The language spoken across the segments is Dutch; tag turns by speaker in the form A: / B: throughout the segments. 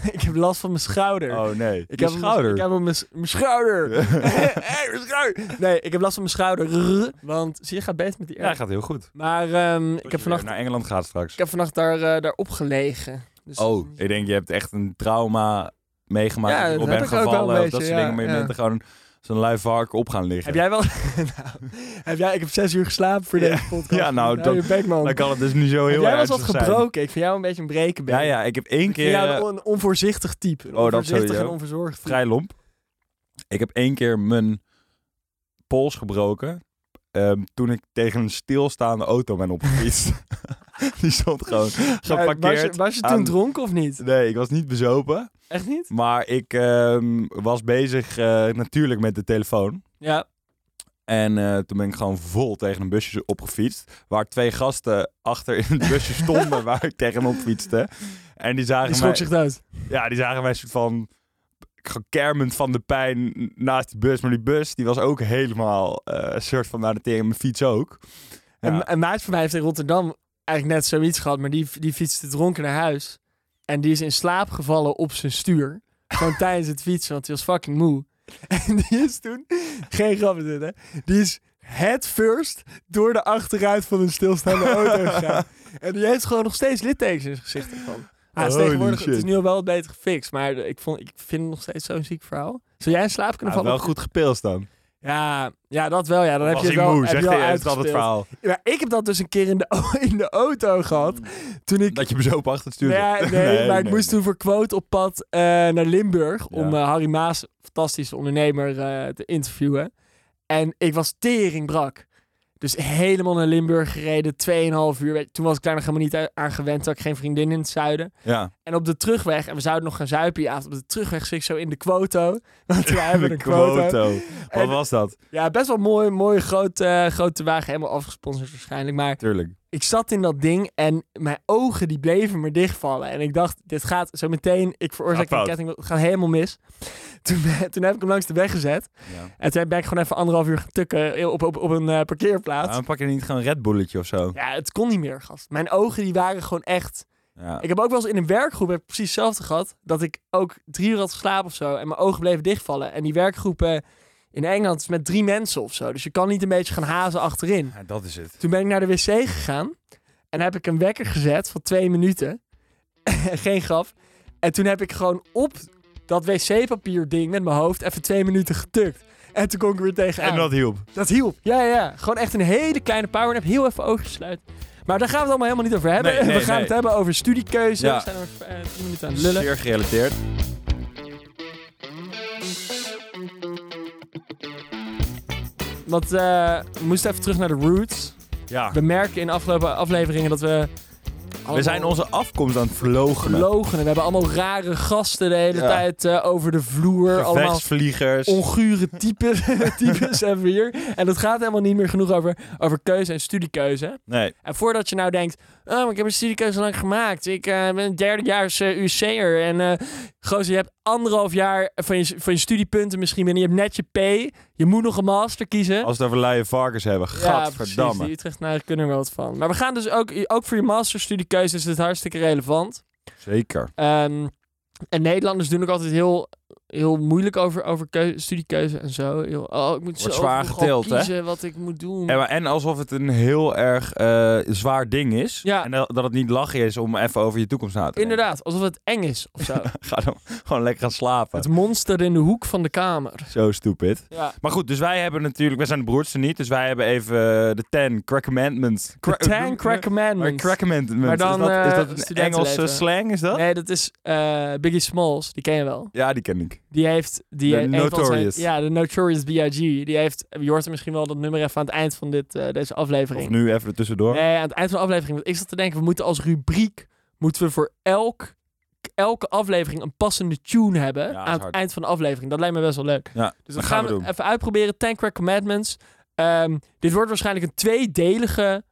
A: ik heb last van mijn schouder.
B: Oh nee,
A: ik,
B: je
A: heb
B: schouder.
A: Mijn, ik heb op mijn, s- mijn schouder. Hey, mijn schouder. Nee, ik heb last van mijn schouder. Rrr. Want zie je, gaat beter met die R.
B: Ja, hij gaat heel goed.
A: Maar ehm, ik,
B: Tot
A: heb
B: je
A: vannacht,
B: weer naar Engeland gaat straks.
A: ik heb vannacht daar, eh, daar opgelegen. Dus
B: Oh, ik denk je hebt echt een trauma meegemaakt.
A: Ja,
B: dat je
A: dat
B: op
A: heb
B: bent
A: ik ook wel
B: gevallen
A: een
B: of dat
A: beetje,
B: soort dingen.
A: ja,
B: Maar je
A: ja.
B: bent er gewoon zo'n lui vark op gaan liggen.
A: Heb jij wel... nou, heb jij, ik heb zes uur geslapen voor
B: Ja.
A: deze podcast.
B: Ja, nou,
A: Hou je
B: dat-
A: bek, man.
B: Dan kan het dus niet zo
A: Heb
B: heel
A: jij wel eens
B: erg
A: wat gebroken? Ik vind jou een beetje een breken.
B: Ja, ja, ik heb één
A: Ik vind
B: keer
A: jou
B: eh,
A: een, on- onvoorzichtig type. Een
B: Oh, dat
A: onvoorzichtig
B: sowieso.
A: en onverzorgd type.
B: vrij lomp. Ik heb één keer mijn pols gebroken. ehm, toen ik tegen een stilstaande auto ben opgefietst. Die stond gewoon
A: Maar Was je,
B: geparkeerd.
A: was je toen
B: aan-
A: dronken of niet?
B: Nee, ik was niet bezopen.
A: Echt niet?
B: Maar ik ehm, was bezig eh, natuurlijk met de telefoon.
A: Ja.
B: En eh, toen ben ik gewoon vol tegen een busje opgefietst. Waar twee gasten achter in het busje stonden waar ik tegenop fietste. En die zagen
A: Die
B: mij...
A: schrok zich dood.
B: Ja, die zagen mij soort van gekermend van de pijn naast die bus. Maar die bus die was ook helemaal eh, een soort van naar de tering. Mijn fiets ook. Ja.
A: Een, een maat van mij heeft in Rotterdam eigenlijk net zoiets gehad, maar die, die fietste dronken naar huis. En die is in slaap gevallen op zijn stuur. Gewoon tijdens het fietsen, want die was fucking moe. En die is toen, geen grap met dit, hè. Die is head first door de achteruit van een stilstaande auto gegaan. En die heeft gewoon nog steeds littekens in zijn gezicht ervan. Ah, is
B: Holy
A: tegenwoordig, het is
B: shit.
A: nu al wel wat beter gefixt, maar ik, vond, ik vind het nog steeds zo'n ziek verhaal. Zou jij in slaap
B: Ja,
A: kunnen vallen?
B: wel goed gepeeld dan.
A: Ja, ja, dat wel. Ja, dan heb
B: was
A: je het
B: ik
A: wel,
B: moe,
A: heb
B: zegt
A: je
B: hij.
A: wel
B: Dat is altijd het
A: uitgespeeld.
B: verhaal.
A: Ja, ik heb dat dus een keer in de, au- in de auto gehad. Toen ik.
B: Dat je bezopen achter het stuur
A: Nee,
B: zat.
A: nee, maar ik
B: nee,
A: moest toen voor quote op pad eh, naar Limburg. Om
B: Ja.
A: eh, Harry Maas, fantastische ondernemer, eh, te interviewen. En ik was teringbrak. Dus helemaal naar Limburg gereden, 2,5 uur. Weet- Toen was ik daar nog helemaal niet a- aan gewend. Had ik geen vriendin in het zuiden.
B: Ja,
A: En op de terugweg, en we zouden nog gaan zuipen die avond. Op de terugweg zit ik zo in de quoto. Want we hebben
B: de
A: een quoto.
B: quoto. Wat
A: En-
B: was dat?
A: Ja, best wel mooi, mooi groot, eh grote wagen. Helemaal afgesponsord waarschijnlijk. Maar
B: Tuurlijk.
A: ik zat in dat ding en mijn ogen die bleven maar dichtvallen. En ik dacht, dit gaat zo meteen, ik veroorzaak
B: Gaat
A: een
B: fout.
A: ketting, het gaat helemaal mis. Toen, ben- toen heb ik hem langs de weg gezet.
B: Ja.
A: En toen ben ik gewoon even anderhalf uur gaan tukken op, op, op een eh, parkeerplaats. Ja.
B: Waarom pak je niet gewoon een Red Bulletje of zo?
A: het kon niet meer, gast. Mijn ogen die waren gewoon echt...
B: Ja.
A: Ik heb ook wel eens in een werkgroep heb ik precies hetzelfde gehad. Dat ik ook drie uur had geslapen of zo. En mijn ogen bleven dichtvallen. En die werkgroepen in Engeland is met drie mensen of zo. Dus je kan niet een beetje gaan hazen achterin.
B: Ja, dat is het.
A: Toen ben ik naar de wc gegaan. En heb ik een wekker gezet van twee minuten. Geen grap. En toen heb ik gewoon op dat wc-papier ding met mijn hoofd even twee minuten getukt. En toen kon ik er weer tegenaan.
B: En dat hielp.
A: Dat hielp. Ja, ja, ja. Gewoon echt een hele kleine power nap. Heel even ogen gesluit. Maar daar gaan we het allemaal helemaal niet over hebben.
B: Nee, nee,
A: we gaan
B: nee.
A: het hebben over studiekeuze.
B: Ja.
A: We zijn over eh, tien minuten aan het lullen.
B: Zeer gerelateerd.
A: Want eh, we moesten even terug naar de roots.
B: Ja.
A: We merken in afgelopen afleveringen dat we...
B: We zijn
A: ons
B: onze afkomst aan het verloochenen.
A: Logenen. We hebben allemaal rare gasten de hele
B: Ja.
A: tijd eh, over de vloer. Allemaal
B: Gevechtsvliegers.
A: ongure types, types hebben we hier. En dat gaat helemaal niet meer genoeg over, over keuze en studiekeuze.
B: Nee.
A: En voordat je nou denkt, oh, maar ik heb een studiekeuze lang gemaakt. Ik eh, ben een derdejaars eh, UC'er. En eh gozer, je hebt anderhalf jaar van je, van je studiepunten misschien binnen. Je hebt net je P. Je moet nog een master kiezen.
B: Als we het over luie varkens hebben.
A: Ja,
B: Gadverdamme.
A: precies. Die Utrechtenaar kunnen er wel wat van. Maar we gaan dus ook, ook voor je masterstudiekeuze is het hartstikke relevant.
B: Zeker.
A: Ehm, en Nederlanders doen ook altijd heel, heel moeilijk over, over keu- studiekeuze en zo. Heel, oh, ik moet zo
B: Wordt zwaar
A: vroeg al
B: getild, hè?
A: kiezen wat ik moet doen.
B: En, maar- en alsof het een heel erg eh, zwaar ding is.
A: Ja.
B: En dat, dat het niet lachen is om even over je toekomst na te denken.
A: Inderdaad, alsof het eng is of zo.
B: Ga dan gewoon lekker gaan slapen.
A: het monster in de hoek van de kamer.
B: Zo stupid.
A: Ja.
B: Maar goed, dus wij hebben natuurlijk... Wij zijn de broertste niet, dus wij hebben even eh, de 10 Crack Amendments.
A: De
B: Cra-
A: 10 crack
B: Maar
A: amendments.
B: Crack Amendments.
A: Maar dan,
B: is, dat, is
A: eh,
B: dat een
A: studentenleven.
B: Engelse slang, is dat?
A: Nee, dat is eh, Biggie Smalls, die ken je wel.
B: Ja, die ken ik.
A: Die heeft... Die
B: De
A: heeft een van zijn-
B: Notorious.
A: ja, de Notorious B.I.G. Die heeft... Je hoort er misschien wel dat nummer even aan het eind van dit, eh, deze
B: Of
A: aflevering.
B: nu even er tussendoor.
A: Nee, aan het eind van de aflevering. Want ik zat te denken, we moeten als rubriek... moeten we voor elk, elke aflevering een passende tune hebben...
B: Ja, dat is
A: aan het
B: hard.
A: eind van de aflevering. Dat lijkt me best wel leuk.
B: Ja,
A: Dus
B: dat
A: dat
B: gaan we doen.
A: even uitproberen. Tank Crack Commandments. Ehm, dit wordt waarschijnlijk een tweedelige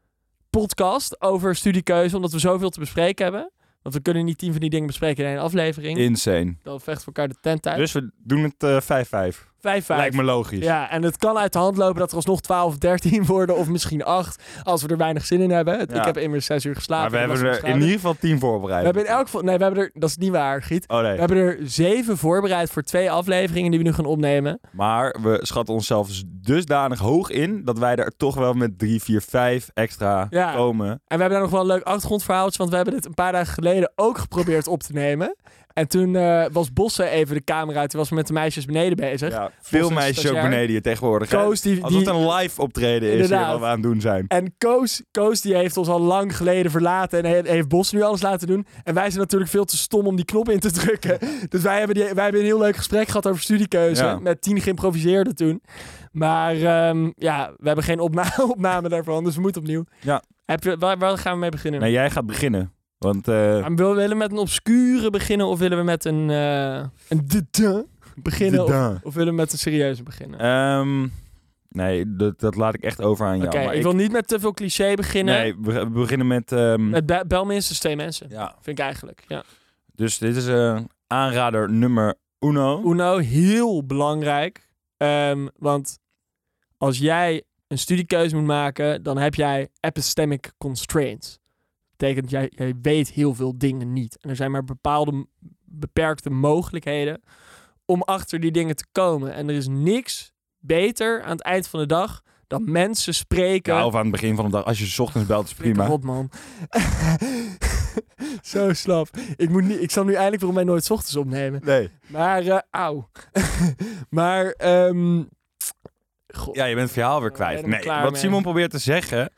A: podcast over studiekeuze... omdat we zoveel te bespreken hebben. Want we kunnen niet tien van die dingen bespreken in één aflevering.
B: Insane.
A: Dan vechten we elkaar de tent uit.
B: Dus we doen het eh, 5-5. 5-5.
A: Vijf, vijf.
B: Lijkt me logisch.
A: Ja, en het kan uit de hand lopen dat er alsnog 12, 13 worden of misschien 8 als we er weinig zin in hebben. Het-
B: Ja.
A: Ik heb immers 6 uur geslapen.
B: maar we
A: dat
B: hebben
A: was
B: er in
A: waarschijnlijk-
B: ieder geval tien voorbereid.
A: We hebben in elk geval... Nee, we hebben er... Dat is niet waar, Giet.
B: Oh nee,
A: We hebben er zeven voorbereid voor twee afleveringen die we nu gaan opnemen.
B: maar we schatten onszelf dus dusdanig hoog in dat wij er toch wel met drie, vier, vijf extra
A: Ja.
B: komen.
A: En we hebben daar nog wel een leuk achtergrondverhaaltje, want we hebben dit een paar dagen geleden ook geprobeerd op te nemen. En toen eh, was Bosse even de camera uit, die was met de meisjes beneden bezig.
B: Ja, veel
A: Volgens
B: meisjes ook
A: stagiair.
B: beneden hier tegenwoordig. hè?
A: Koos, die,
B: Alsof
A: die,
B: het een live optreden is hier
A: Inderdaad.
B: wat we aan het doen zijn.
A: En Koos, Koos die heeft ons al lang geleden verlaten en he- heeft Bos nu alles laten doen. En wij zijn natuurlijk veel te stom om die knop in te drukken. Dus wij hebben, die, wij hebben een heel leuk gesprek gehad over studiekeuze.
B: Ja.
A: Met tien geïmproviseerden toen. Maar ehm, ja, we hebben geen opna- opname daarvan, dus we moeten opnieuw.
B: Ja.
A: Heb je, waar, waar gaan we mee beginnen?
B: Nee, jij gaat beginnen. Want eh,
A: Maar Willen we met een obscure beginnen of willen we met een, eh een dedin beginnen? Of,
B: Dedin.
A: of willen we met een serieuze beginnen?
B: Ehm, nee, dat, dat laat ik echt over aan jou.
A: Oké,
B: maar
A: ik
B: ik-
A: wil niet met te veel cliché beginnen.
B: Nee, we, we beginnen met... ehm,
A: Met be- bel minstens twee mensen,
B: ja.
A: vind ik eigenlijk. Ja.
B: Dus dit is eh, aanrader nummer uno.
A: Uno, heel belangrijk. Ehm, want als jij een studiekeuze moet maken, dan heb jij epistemic constraints. betekent, jij, jij weet heel veel dingen niet. En er zijn maar bepaalde m- beperkte mogelijkheden om achter die dingen te komen. En er is niks beter aan het eind van de dag dan mensen spreken.
B: Ja, of aan het begin van de dag. Als je 's ochtends belt, is
A: eh, Flikker
B: prima.
A: op, man. Zo slap. Ik, moet niet, ik snap nu eindelijk waarom wij nooit 's ochtends opnemen.
B: Nee.
A: Maar, eh auw. maar, ehm god.
B: Ja, je bent het verhaal weer
A: Ik
B: kwijt.
A: ben er
B: Nee,
A: klaar
B: wat
A: mee.
B: Simon probeert te zeggen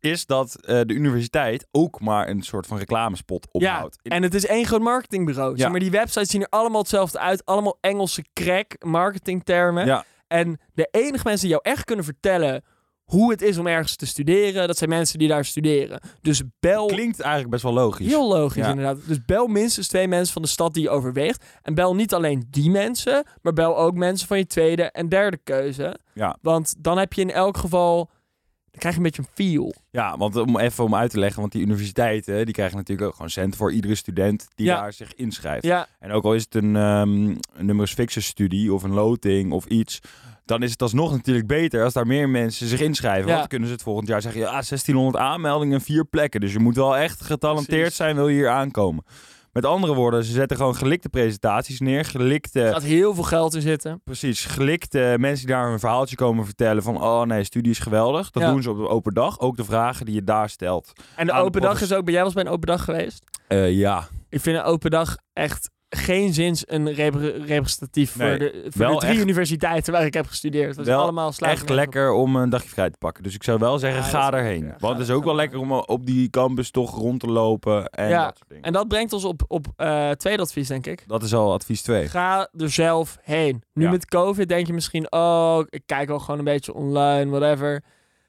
B: is dat eh, de universiteit ook maar een soort van reclamespot
A: Ja,
B: ophoudt. In-
A: en het is één groot marketingbureau.
B: Ja.
A: Zeg maar die websites zien er allemaal hetzelfde uit. Allemaal Engelse crack marketingtermen.
B: Ja.
A: En de enige mensen die jou echt kunnen vertellen hoe het is om ergens te studeren, dat zijn mensen die daar studeren. Dus bel
B: Klinkt eigenlijk best wel logisch.
A: Heel logisch,
B: Ja.
A: inderdaad. Dus bel minstens twee mensen van de stad die je overweegt. En bel niet alleen die mensen, maar bel ook mensen van je tweede en derde keuze.
B: Ja.
A: Want dan heb je in elk geval. Dan krijg je een beetje een feel.
B: Ja, want om even om uit te leggen, want die universiteiten die krijgen natuurlijk ook gewoon cent voor iedere student die
A: Ja.
B: daar zich inschrijft.
A: Ja,
B: En ook al is het een, ehm een numerus fixus studie of een loting of iets, dan is het alsnog natuurlijk beter als daar meer mensen zich inschrijven.
A: Ja.
B: Want dan kunnen ze het volgend jaar zeggen, ja, 1600 aanmeldingen, vier plekken. Dus je moet wel echt getalenteerd
A: Precies.
B: zijn, wil je hier aankomen. Met andere woorden, ze zetten gewoon gelikte presentaties neer, gelikte
A: er gaat heel veel geld in zitten.
B: Precies, gelikt. eh, mensen die daar een verhaaltje komen vertellen van... oh nee, studie is geweldig. Dat
A: Ja.
B: doen ze op de open dag. Ook de vragen die je daar stelt.
A: En de
B: Aan de
A: open dag
B: potters.
A: is ook. Ben jij wel eens bij een open dag geweest?
B: Eh, ja,
A: Ik vind een open dag echt geen zins een repre- representatief
B: Nee,
A: voor de, voor
B: wel
A: de drie
B: echt-
A: universiteiten waar ik heb gestudeerd. Dat is
B: Wel
A: allemaal slagen
B: echt
A: nergens op.
B: lekker om een dagje vrij te pakken. Dus ik zou wel zeggen,
A: Ja,
B: ga
A: dat is-
B: erheen.
A: ja, ga
B: Want het is
A: er-
B: ook
A: ga
B: wel
A: er-
B: lekker om eh, op die campus toch rond te lopen en
A: Ja,
B: dat soort dingen.
A: En dat brengt ons op, op eh, tweede advies, denk ik.
B: Dat is al advies 2.
A: Ga er zelf heen. Nu
B: Ja.
A: met COVID denk je misschien, oh, ik kijk wel gewoon een beetje online, whatever.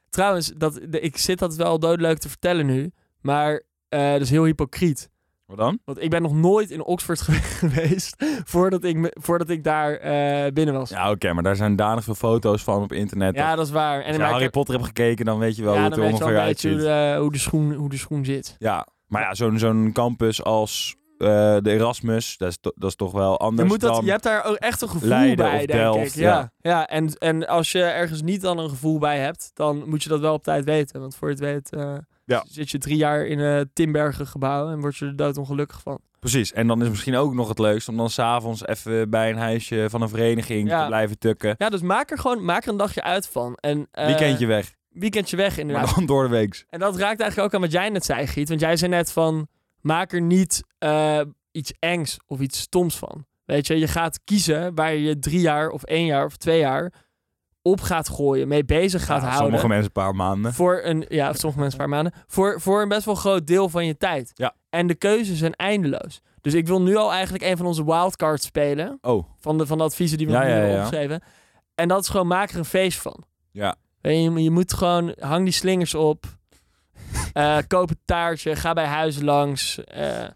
A: Trouwens, dat, de- ik zit dat wel doodleuk te vertellen nu, maar eh, dat is heel hypocriet.
B: Wat dan?
A: Want ik ben nog nooit in Oxford ge- geweest voordat ik, me- voordat ik daar eh, binnen was. Ja,
B: Ja, oké, maar daar zijn danig veel foto's van op internet. dat-
A: dat is waar. En
B: Als
A: dan merk
B: je Dus Harry
A: je-
B: Potter hebt gekeken, dan weet je wel
A: ja,
B: hoe
A: dan
B: het
A: weet
B: er
A: je wel
B: ongeveer
A: een beetje
B: uitziet.
A: hoe de, hoe de schoen, hoe de schoen zit.
B: Ja, maar ja, zo'n zo'n campus als eh, de Erasmus, dat is, to- dat is toch wel
A: Je,
B: anders
A: moet dat,
B: dan...
A: je hebt daar ook echt een gevoel
B: Leiden
A: bij,
B: of
A: denk
B: Delft,
A: ik. Ja, ja. en, en als je ergens niet dan een gevoel bij hebt, dan moet je dat wel op tijd weten. Want voor je het weet eh,
B: Ja.
A: zit je drie jaar in een Timbergen gebouw en word je er doodongelukkig van.
B: Precies, en dan is misschien ook nog het leukst om dan s'avonds even bij een huisje van een vereniging
A: Ja.
B: te blijven tukken.
A: Ja, dus maak er gewoon maak er een dagje uit van. En, eh,
B: Weekendje weg,
A: Weekendje weg, inderdaad.
B: maar dan door de week.
A: En dat raakt eigenlijk ook aan wat jij net zei, Giet. Want jij zei net van, maak er niet eh, iets engs of iets stoms van. Weet je, je gaat kiezen waar je je drie jaar of één jaar of twee jaar op gaat gooien, mee bezig gaat
B: Ja,
A: houden.
B: sommige mensen een paar maanden.
A: Voor een, ja, of sommige mensen een paar maanden. Voor, voor een best wel groot deel van je tijd.
B: Ja.
A: En de keuzes zijn eindeloos. Dus ik wil nu al eigenlijk een van onze wildcards spelen.
B: Oh,
A: Van de, van de adviezen die we
B: Ja,
A: nu
B: ja,
A: hebben
B: ja.
A: opgeschreven. En dat is gewoon, maak er een feest van.
B: Ja.
A: Weet Je, je moet gewoon, hang die slingers op. eh, koop een taartje, ga bij huizen langs. eh,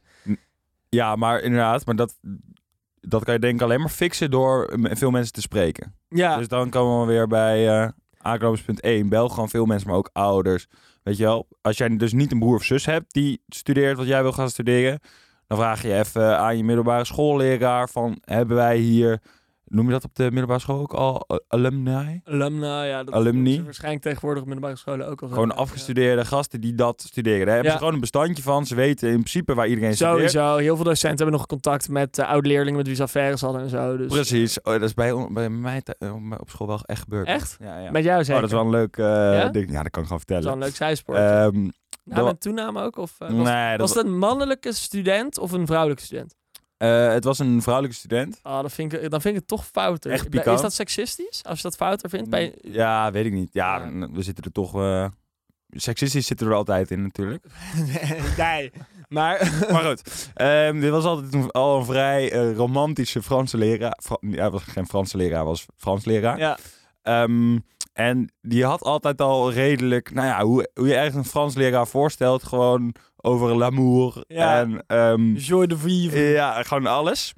B: ja, maar inderdaad, maar dat, dat kan je denk ik alleen maar fixen door m- veel mensen te spreken.
A: ja,
B: Dus dan komen we weer bij eh aankomstpunt 1. Bel gewoon veel mensen, maar ook ouders. Weet je wel, als jij dus niet een broer of zus hebt die studeert wat jij wil gaan studeren, dan vraag je even aan je middelbare schoolleraar van, hebben wij hier Noem je dat op de middelbare school ook al eh, alumni?
A: Alumna, ja. Dat
B: Alumni.
A: doen ze Waarschijnlijk tegenwoordig op middelbare scholen ook al. zo.
B: Gewoon
A: Ja.
B: afgestudeerde gasten die dat studeren. Daar hebben
A: Ja.
B: ze gewoon een bestandje van. Ze weten in principe waar iedereen studeert.
A: Sowieso. Heel veel docenten hebben nog contact met eh, oud-leerlingen met wie ze affaires hadden en zo. Dus...
B: Precies. Oh, dat is bij, on- bij mij thu- eh, bij- op school wel echt gebeurd.
A: Echt?
B: Ja, ja.
A: Met jou
B: Oh,
A: zeker.
B: dat is wel een leuk eh,
A: Ja?
B: ding. Ja, dat kan
A: Dat is
B: ik gewoon
A: wel
B: vertellen.
A: een leuk zijsport.
B: Ehm,
A: nou,
B: dat-
A: met toename ook? Of, eh, was,
B: nee, dat,
A: was het een mannelijke student of een vrouwelijke student?
B: eh, het was een vrouwelijke student.
A: Ah, dat vind ik, dan vind ik het toch fouter.
B: Echt
A: Is
B: pikant.
A: dat seksistisch? Als je dat fouter vindt? Bij...
B: Ja, weet ik niet. Ja,
A: Ja.
B: n- we zitten er toch... eh, seksistisch zitten we er altijd in natuurlijk.
A: nee, nee. Maar
B: Maar goed, ehm, dit was altijd een- al een vrij eh, romantische Franse leraar. Fra- ja, hij was geen Franse leraar, hij was Frans leraar.
A: ja,
B: Ehm, en die had altijd al redelijk, nou ja, hoe, hoe je ergens een Frans leraar voorstelt, gewoon over l'amour
A: Ja.
B: en ehm,
A: joy de vivre.
B: ja, gewoon alles.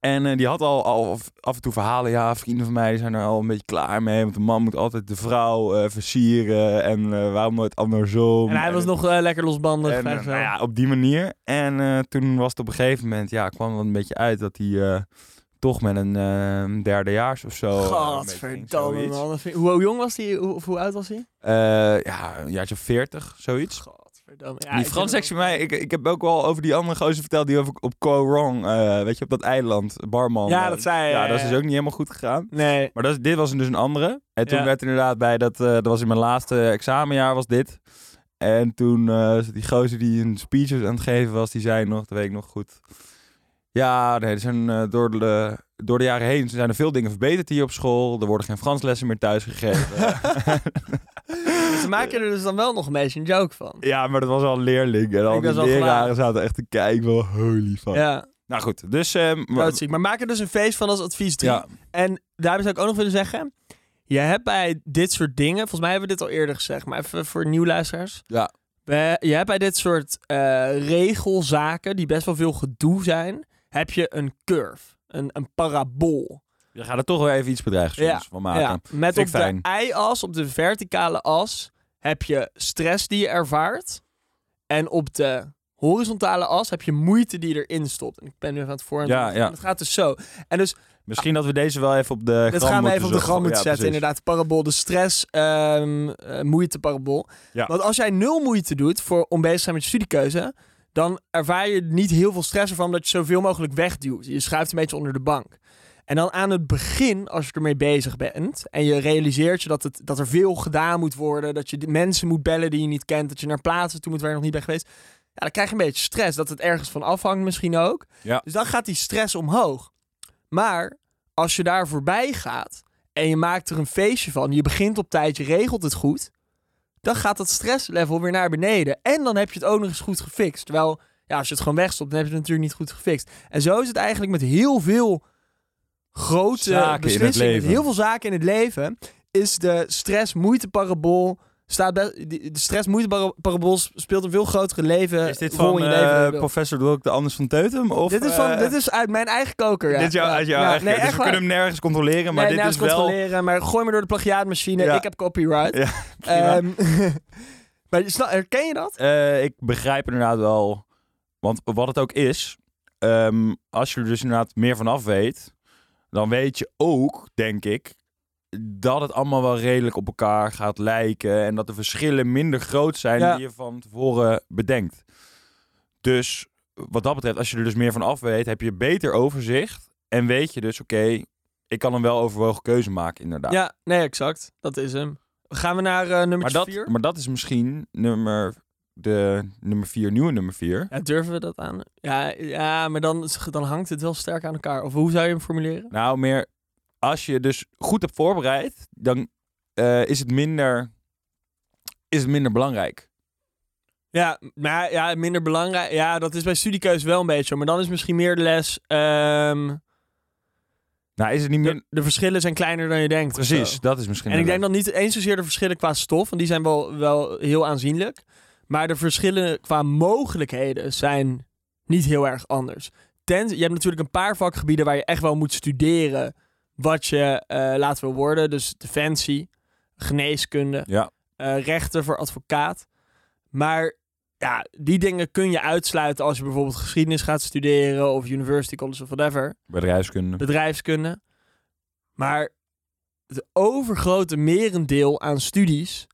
B: En eh, die had al, al af- af en toe verhalen. Ja, vrienden van mij die zijn er al een beetje klaar mee. Want de man moet altijd de vrouw eh, versieren. En eh, waarom nooit andersom?
A: En hij was
B: het-
A: nog eh, lekker losbandig.
B: en, eh,
A: vrijgezel.
B: nou ja, op die manier. En eh, toen was het op een gegeven moment, ja, kwam wel een beetje uit dat hij eh, toch met een eh, derdejaars of zo. eh, een beetje ging,
A: Gadverdamme,
B: zoiets.
A: Oh, man. Dat vind ik- Hoe, hoe jong was hij? Hoe- Of hoe oud was hij?
B: Eh, ja, een jaartje 40, zoiets.
A: Godverdamme. Ja,
B: die
A: ik
B: Frans
A: vind het
B: zegt voor mij, ik, ik heb ook wel over die andere gozer verteld, die op, op Koh Rong, eh, weet je, op dat eiland, barman.
A: wel- Ja,
B: eh,
A: dat zei hij.
B: ja,
A: ja,
B: dat is
A: ja.
B: dus ook niet helemaal goed gegaan.
A: Nee.
B: Maar dat, is- dit was dus een andere. En toen
A: Ja.
B: werd inderdaad bij dat, eh, dat was in mijn laatste examenjaar was dit. En toen eh, die gozer die een speech was aan het geven was, die zei nog, dat weet ik nog goed. Ja, nee, er zijn, eh, door, de, door de jaren heen zijn er veel dingen verbeterd hier op school. Er worden geen Franslessen meer thuis gegeven.
A: Ze maken er dus dan wel nog een beetje een joke van.
B: ja, maar dat was al een leerling. En al
A: dat
B: die
A: is wel
B: leraren
A: gelaagd.
B: zaten echt te kijken van holy fuck.
A: Ja,
B: Nou goed, dus... eh, m-
A: doodziek. Maar maak er dus een feest van als advies 3.
B: ja,
A: En daarbij zou ik ook nog willen zeggen... Je hebt bij dit soort dingen... Volgens mij hebben we dit al eerder gezegd, maar even voor nieuw luisteraars.
B: Ja.
A: Bij- je hebt bij dit soort eh, regelzaken, die best wel veel gedoe zijn... heb je een curve, een, een parabool.
B: je gaat er toch wel even iets bedreigends
A: Ja,
B: van maken.
A: Ja, met
B: Vind
A: op
B: ik fijn.
A: de y-as, op de verticale as, heb je stress die je ervaart. En op de horizontale as heb je moeite die je erin stopt. En ik ben nu even aan het voor.
B: Ja, ja.
A: Het gaat dus zo. En dus
B: Misschien dat we deze wel even op de
A: dat
B: eh, gram
A: gaan we
B: moeten
A: even op de
B: zoeken.
A: gram moeten
B: Ja,
A: zetten.
B: precies.
A: Inderdaad, parabool, de stress, ehm eh, moeiteparabool.
B: Ja.
A: Want als jij nul moeite doet voor, om bezig te zijn met je studiekeuze... dan ervaar je niet heel veel stress ervan dat je zoveel mogelijk wegduwt. Je schuift een beetje onder de bank. En dan aan het begin, als je ermee bezig bent... en je realiseert je dat, het, dat er veel gedaan moet worden... dat je de mensen moet bellen die je niet kent... dat je naar plaatsen toe moet waar je nog niet bent geweest... Ja, dan krijg je een beetje stress. Dat het ergens van afhangt misschien ook.
B: Ja.
A: Dus dan gaat die stress omhoog. Maar als je daar voorbij gaat en je maakt er een feestje van, je begint op tijd, je regelt het goed, dan gaat dat stresslevel weer naar beneden. En dan heb je het ook nog eens goed gefixt. Terwijl, ja, als je het gewoon wegstopt, dan heb je het natuurlijk niet goed gefixt. En zo is het eigenlijk met heel veel grote
B: Zaken in het
A: beslissingen,
B: leven.
A: met heel veel zaken in het leven, is de stress-moeite-parabool. Staat best- die- de stress-moeite-parabool speelt een veel grotere leven,
B: Is dit
A: rol
B: van
A: in je leven.
B: eh,
A: dan je wil.
B: professor Dulk de Anders van Teutem? Of,
A: dit, is van,
B: eh,
A: dit is uit mijn eigen koker. Ja.
B: dit is jou,
A: Ja.
B: uit jouw
A: Ja,
B: eigen
A: nee,
B: keuze.
A: echt
B: Dus we
A: waar.
B: kunnen hem nergens controleren, maar
A: nee, nou,
B: dit is
A: nergens
B: wel...
A: controleren, maar gooi me door de plagiaatmachine.
B: Ja.
A: Ik heb copyright.
B: Ja, prima.
A: Ehm, maar je sna- herken je dat?
B: Eh, ik begrijp inderdaad wel, want wat het ook is, ehm, als je er dus inderdaad meer vanaf weet, dan weet je ook, denk ik, dat het allemaal wel redelijk op elkaar gaat lijken en dat de verschillen minder groot zijn
A: Ja.
B: die je van tevoren bedenkt. Dus wat dat betreft, als je er dus meer van af weet, heb je beter overzicht en weet je dus, oké, ik kan een wel overwogen keuze maken inderdaad.
A: Ja, nee, exact. Dat is hem. Gaan we naar eh nummer
B: maar, dat,
A: 4?
B: maar dat is misschien nummer, de nummer vier, nieuwe nummer vier.
A: Ja, durven we dat aan? Ja, ja maar dan, is- dan hangt het wel sterk aan elkaar. Of hoe zou je hem formuleren?
B: Nou, meer als je dus goed hebt voorbereid, dan eh, is, het minder, is het minder belangrijk.
A: Ja, maar ja, minder belangrijk. Ja, dat is bij studiekeuze wel een beetje zo. Maar dan is misschien meer de les... ehm,
B: Nou, is het niet
A: de,
B: meer.
A: de verschillen zijn kleiner dan je denkt. of
B: Precies,
A: zo.
B: dat is misschien.
A: En ik denk
B: inderdaad-
A: dan niet eens zozeer de verschillen qua stof, want die zijn wel, wel heel aanzienlijk. Maar de verschillen qua mogelijkheden zijn niet heel erg anders. Ten, je hebt natuurlijk een paar vakgebieden waar je echt wel moet studeren wat je eh laat wil worden. Dus defensie, geneeskunde,
B: Ja.
A: eh, rechten voor advocaat. Maar ja, die dingen kun je uitsluiten als je bijvoorbeeld geschiedenis gaat studeren of university college of whatever
B: Bedrijfskunde.
A: bedrijfskunde. Maar het overgrote merendeel aan studies,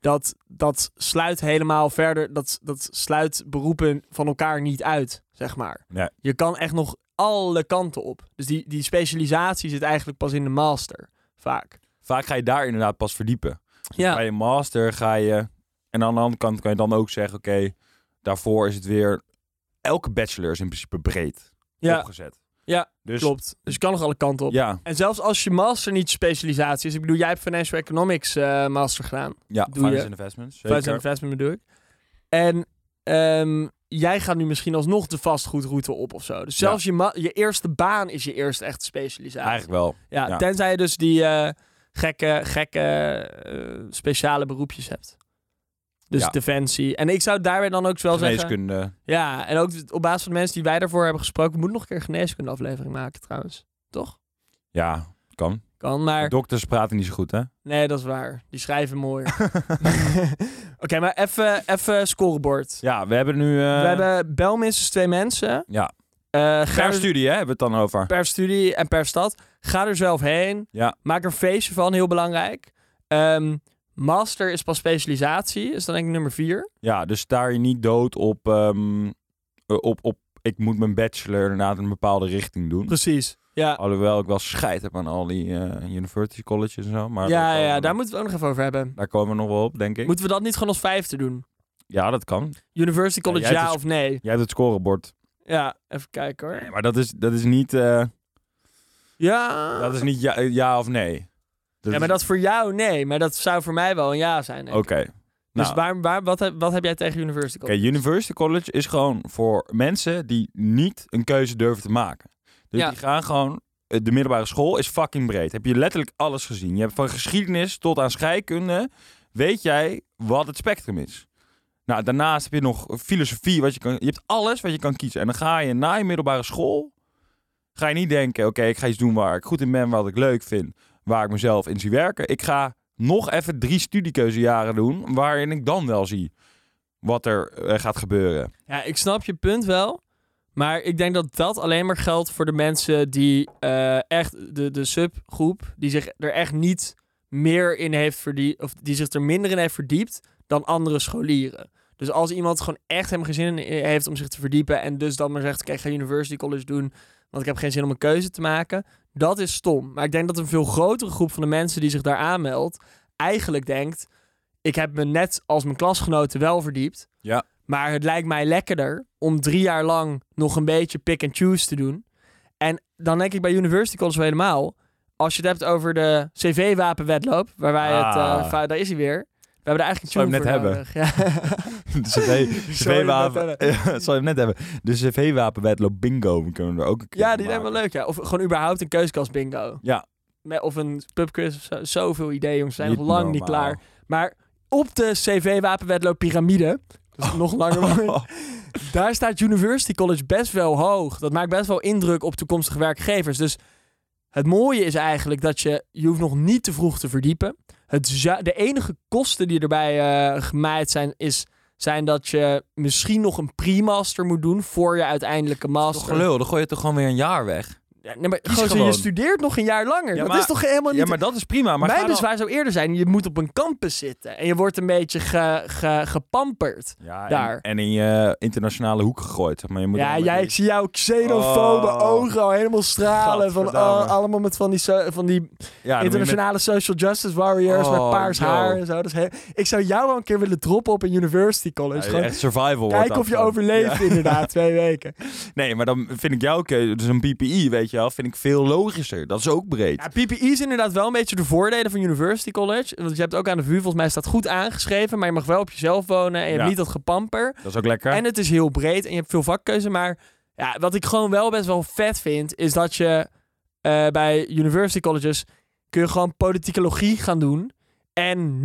A: dat, dat sluit helemaal verder, dat, dat sluit beroepen van elkaar niet uit, zeg maar.
B: Ja.
A: Je kan echt nog alle kanten op. Dus die, die specialisatie zit eigenlijk pas in de master, vaak.
B: Vaak ga je daar inderdaad pas verdiepen. Bij
A: Ja,
B: je master ga je... En aan de andere kant kan je dan ook zeggen... Oké, daarvoor is het weer... Elke bachelor is in principe breed
A: ja
B: opgezet.
A: Ja,
B: dus,
A: klopt. Dus je kan nog alle kanten op.
B: Ja,
A: En zelfs als je master niet specialisatie is, ik bedoel, jij hebt Financial Economics eh, master gedaan.
B: ja
A: Doe
B: finance
A: je.
B: and investments. Zeker.
A: Finance investment bedoel ik. En ehm, jij gaat nu misschien alsnog de vastgoedroute op of zo. Dus zelfs je, ma- je eerste baan is je eerste echte specialisatie.
B: Eigenlijk wel.
A: ja,
B: ja.
A: Tenzij je dus die eh, gekke, gekke eh, speciale beroepjes hebt. Dus
B: Ja.
A: defensie. En ik zou daarbij dan ook wel zeggen...
B: Geneeskunde.
A: Ja, en ook op basis van de mensen die wij daarvoor hebben gesproken... moet nog een keer een geneeskunde aflevering maken trouwens. Toch?
B: Ja, kan.
A: Kan, maar...
B: Dokters praten niet zo goed, hè?
A: Nee, dat is waar. Die schrijven mooi. Oké, maar even- even scorebord.
B: ja, we hebben nu... eh,
A: We hebben bel minstens twee mensen.
B: Ja.
A: Eh, ga
B: Per
A: er-
B: studie, hè, hebben we het dan over.
A: per studie en per stad. Ga er zelf heen.
B: Ja.
A: Maak er een feestje van, heel belangrijk. Ehm, master is pas specialisatie, is dan denk ik nummer vier.
B: Ja, dus staar je niet dood op, ehm, eh, op, op... Ik moet mijn bachelor inderdaad in een bepaalde richting doen.
A: Precies. Ja,
B: Alhoewel ik wel scheid heb aan al die eh, university colleges en zo. Maar eh,
A: ja,
B: daar,
A: ja,
B: komen we
A: daar
B: nog-
A: moeten we het ook nog even over hebben.
B: daar komen we nog wel op, denk ik.
A: Moeten we dat niet gewoon als vijfde doen?
B: Ja, dat kan.
A: University College
B: jij
A: ja,
B: hebt het-
A: of nee?
B: Jij hebt het scorebord.
A: Ja, even kijken hoor.
B: Maar dat is, dat is niet, eh,
A: Ja.
B: dat is niet ja, eh, ja of nee.
A: ja, maar
B: is-
A: dat is voor jou nee, maar dat zou voor mij wel een ja zijn. denk
B: Oké.
A: ik. Dus
B: Nou,
A: waar, waar, wat, heb, wat heb jij tegen University
B: Oké,
A: College?
B: University College is gewoon voor mensen die niet een keuze durven te maken. Dus
A: Ja.
B: die gaan gewoon... eh, De middelbare school is fucking breed. Heb je letterlijk alles gezien. Je hebt van geschiedenis tot aan scheikunde... weet jij wat het spectrum is. Nou, daarnaast heb je nog filosofie. Wat je, kan, je hebt alles wat je kan kiezen. En dan ga je na je middelbare school... ga je niet denken... oké, ik ga iets doen waar ik goed in ben... wat ik leuk vind, waar ik mezelf in zie werken. Ik ga nog even drie studiekeuzejaren doen... waarin ik dan wel zie wat er eh, gaat gebeuren.
A: Ja, ik snap je punt wel. Maar ik denk dat dat alleen maar geldt voor de mensen die eh, echt, de, de subgroep, die zich er echt niet meer in heeft verdiept, of die zich er minder in heeft verdiept dan andere scholieren. Dus als iemand gewoon echt hem geen zin in eh, heeft om zich te verdiepen en dus dan maar zegt, oké, ik ga university college doen, want ik heb geen zin om een keuze te maken, dat is stom. Maar ik denk dat een veel grotere groep van de mensen die zich daar aanmeldt, eigenlijk denkt, ik heb me net als mijn klasgenoten wel verdiept,
B: Ja.
A: maar het lijkt mij lekkerder om drie jaar lang nog een beetje pick and choose te doen. En dan denk ik bij university college wel helemaal, als je het hebt over de CV-wapenwetloop, waar wij het,
B: Ah.
A: eh, va- daar is hij weer. We hebben er eigenlijk een
B: Zou
A: tune
B: je
A: voor
B: hem
A: nodig. Ja.
B: De CV
A: Sorry,
B: CV-wapen.
A: dat, eh,
B: Zal je hem net hebben. De CV-wapenwedloop bingo. We kunnen we er ook een keer
A: ja,
B: van
A: die zijn
B: maken.
A: wel leuk. Ja. Of gewoon überhaupt een keuzekast bingo.
B: Ja.
A: Met, of een pubquiz of zo. Zoveel ideeën, jongens. We zijn
B: Niet
A: nog lang niet
B: normaal.
A: klaar. Maar op de CV-wapenwedloop piramide, dat is nog langer, daar staat University College best wel hoog. Dat maakt best wel indruk op toekomstige werkgevers. Dus het mooie is eigenlijk dat je, je hoeft nog niet te vroeg te verdiepen. Het, zu- de enige kosten die erbij eh gemaaid zijn, is, zijn dat je misschien nog een pre-master moet doen voor je uiteindelijke
B: Toch
A: master.
B: gelul, dan gooi je toch gewoon weer een jaar weg.
A: Ja, nee, maar
B: Kies
A: gozer,
B: gewoon.
A: je studeert nog een jaar langer.
B: Ja,
A: dat
B: maar-
A: is toch helemaal niet... dus
B: Ja, maar dat is prima. Maar
A: Mijn
B: ga dan-
A: bezwaar zou eerder zijn, je moet op een campus zitten. En je wordt een beetje ge, ge, gepamperd.
B: Ja, en-
A: daar.
B: En, in je internationale hoek gegooid. zeg Maar je moet
A: Ja,
B: dan met
A: jij, ik
B: die-
A: zie jouw xenofobe
B: Oh.
A: ogen al helemaal stralen. Van,
B: Gadverdamme.
A: oh, allemaal met van die, so- van die
B: Ja, dan moet je met-
A: internationale social justice warriors
B: Oh,
A: met paars
B: yo.
A: haar en zo. Dus he- ik zou jou wel een keer willen droppen op een university
B: Ja,
A: college.
B: je-
A: Gewoon
B: echt survival. wordt
A: kijken
B: dat
A: of je
B: gewoon.
A: overleeft
B: Ja.
A: inderdaad, twee weken.
B: Nee, maar dan vind ik jouw keuze, dus een PPI, weet je wel, vind ik veel logischer. Dat is ook breed.
A: Ja, PPI is inderdaad wel een beetje de voordelen van University College. Want je hebt ook aan de VU, volgens mij staat goed aangeschreven. Maar je mag wel op jezelf wonen en je
B: Ja.
A: hebt niet dat gepamper.
B: Dat is ook lekker.
A: En het is heel breed en je hebt veel vakkeuze. Maar ja, wat ik gewoon wel best wel vet vind, is dat je eh, bij university colleges kun je gewoon politicologie gaan doen en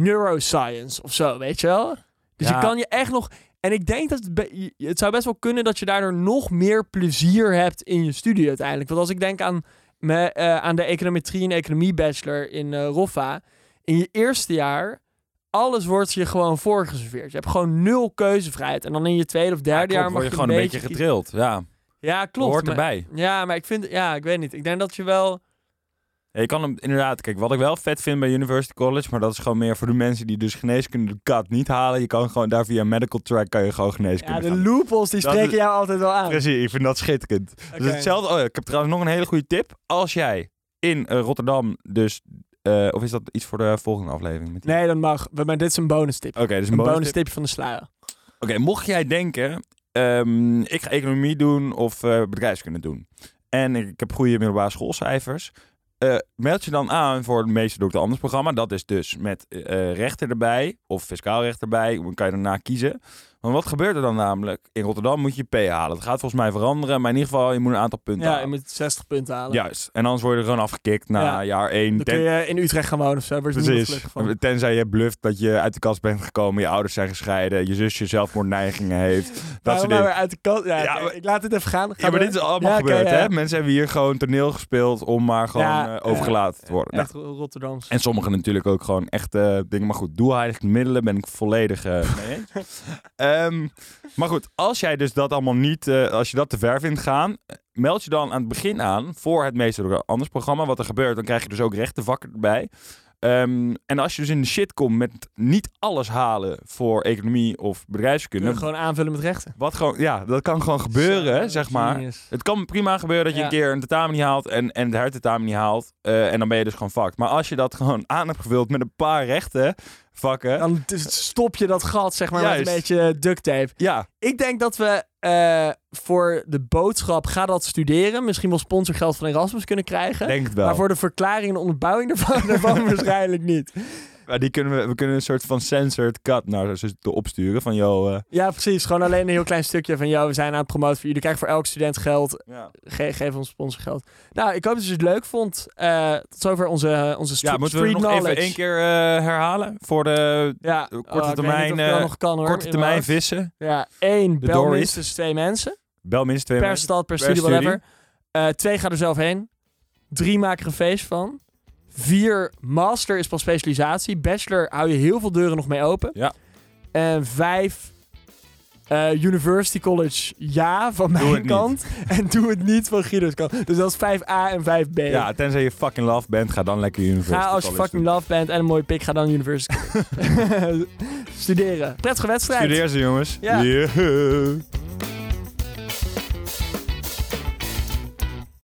A: neuroscience of zo, weet je wel? Dus
B: Ja.
A: je kan je echt nog... En ik denk dat het, be- het zou best wel kunnen dat je daardoor nog meer plezier hebt in je studie uiteindelijk. Want als ik denk aan, me, eh, aan de econometrie en economie bachelor in eh Roffa. In je eerste jaar alles wordt je gewoon voorgeserveerd. Je hebt gewoon nul keuzevrijheid. En dan in je tweede of
B: Ja,
A: derde
B: klopt,
A: jaar mag
B: word
A: je
B: je gewoon een beetje gedrild. Ja,
A: kiezen. Ja, klopt.
B: hoort
A: maar-
B: erbij.
A: Ja, maar ik vind, ja, ik weet niet. Ik denk dat je wel
B: Ja, Je kan hem inderdaad, kijk, wat ik wel vet vind bij University College, maar dat is gewoon meer voor de mensen die dus geneeskunde de kat niet halen. Je kan gewoon daar via medical track kan je gewoon
A: Ja,
B: geneeskunde
A: de
B: gaan.
A: loopholes die
B: Dat
A: spreken
B: is-
A: jou altijd wel aan.
B: Precies, ik vind dat schitterend.
A: Oké.
B: Dus hetzelfde, oh ja, ik heb trouwens nog een hele goede tip. Als jij in eh, Rotterdam dus, eh, of is dat iets voor de volgende aflevering? Met die-
A: Nee, dat mag. Maar dit is een bonus tip.
B: Oké, dus
A: een
B: een bonus.
A: bonus tipje van de sluier.
B: Oké, mocht jij denken, ehm, ik ga economie doen of eh, bedrijfskunde doen. En ik heb goede middelbare schoolcijfers. eh, meld je dan aan voor het meeste doe ik het anders programma. Dat is dus met eh, rechter erbij of fiscaal recht erbij. Dan kan je daarna kiezen. Want wat gebeurt er dan namelijk? In Rotterdam moet je je P halen. Dat gaat volgens mij veranderen. Maar in ieder geval, je moet een aantal punten
A: Ja, je
B: halen.
A: moet 60 punten halen.
B: Juist. En anders word je er gewoon afgekikt na
A: Ja.
B: jaar 1.
A: Dan kun je in Utrecht gaan wonen of zo. Wordt er niemand
B: Precies.
A: gelukkig van.
B: Tenzij je bluft dat je uit de kast bent gekomen, je ouders zijn gescheiden, je zusje zelfmoordneigingen heeft. Dat
A: Waarom
B: soort
A: nou
B: dingen.
A: weer uit de kant. Ja,
B: Ja,
A: oké,
B: maar-
A: ik laat het even gaan. Ga
B: Ja, maar
A: door.
B: dit is allemaal
A: Ja, oké,
B: gebeurd,
A: ja.
B: hè? Mensen hebben hier gewoon toneel gespeeld om maar gewoon
A: Ja,
B: eh, overgelaten te worden. Nou,
A: Echt Ro- Rotterdams.
B: en sommigen natuurlijk ook gewoon echt eh, dingen. Maar goed, doelheilig middelen ben ik volledig eh, mee eens. Ehm, maar goed, als jij dus dat allemaal niet, eh, als je dat te ver vindt gaan, eh, meld je dan aan het begin aan voor het meeste door anders programma. Wat er gebeurt, dan krijg je dus ook rechtenvakken erbij. Ehm, en als je dus in de shit komt met niet alles halen voor economie of
A: Kun je
B: bedrijfskunde,
A: gewoon aanvullen met rechten.
B: wat gewoon, ja, dat kan gewoon gebeuren,
A: Zo,
B: zeg maar.
A: genius.
B: Het kan prima gebeuren dat je
A: Ja.
B: een keer een tentamen niet haalt en, en het hertentamen niet haalt. eh, en dan ben je dus gewoon fucked. Maar als je dat gewoon aan hebt gevuld met een paar rechten vakken. Ja,
A: Dan t- stop je dat gat, zeg maar, met een
B: Juist.
A: beetje duct tape. Ik denk dat we eh, voor de boodschap ga dat studeren. Misschien wel sponsorgeld van Erasmus kunnen krijgen.
B: denk het wel.
A: Maar voor de verklaring en onderbouwing daarvan, daarvan waarschijnlijk niet.
B: Maar die kunnen we, we kunnen een soort van censored cut nou, dus te opsturen van joh. eh,
A: Ja, precies. Gewoon alleen een heel klein stukje van... jou. we zijn aan het promoten voor jullie. Krijgen voor elk student geld.
B: ja.
A: Ge- geef ons sponsorgeld. Nou, ik hoop dat je het leuk vond. Eh, tot zover onze, onze stre-
B: moeten we
A: street
B: nog
A: knowledge.
B: even één keer eh, herhalen? Voor de
A: Ja,
B: korte
A: oh, ik weet niet
B: termijn,
A: of ik dat
B: eh,
A: nog kan, hoor,
B: korte
A: in
B: termijn
A: mijn hoofd.
B: vissen.
A: Ja, één,
B: De
A: bel
B: Doris.
A: minstens twee mensen.
B: Bel minstens twee
A: Per
B: mensen.
A: stad, per,
B: per
A: studie,
B: studie.
A: whatever. Eh, twee, ga er zelf heen. Drie, maak er een feest van. Vier, master is pas specialisatie. Bachelor hou je heel veel deuren nog mee open.
B: Ja.
A: En vijf, eh, university college ja van
B: Doe
A: mijn
B: het niet.
A: kant. En doe het niet van Guido's kant. Dus dat is 5a en 5b.
B: Ja, tenzij je fucking love bent, ga dan lekker university
A: Ga als je
B: college
A: fucking
B: doen.
A: love bent en een mooie pik, ga dan university college. Studeren. Prettige wedstrijd.
B: Studeer ze jongens.
A: Ja.
B: Yeah.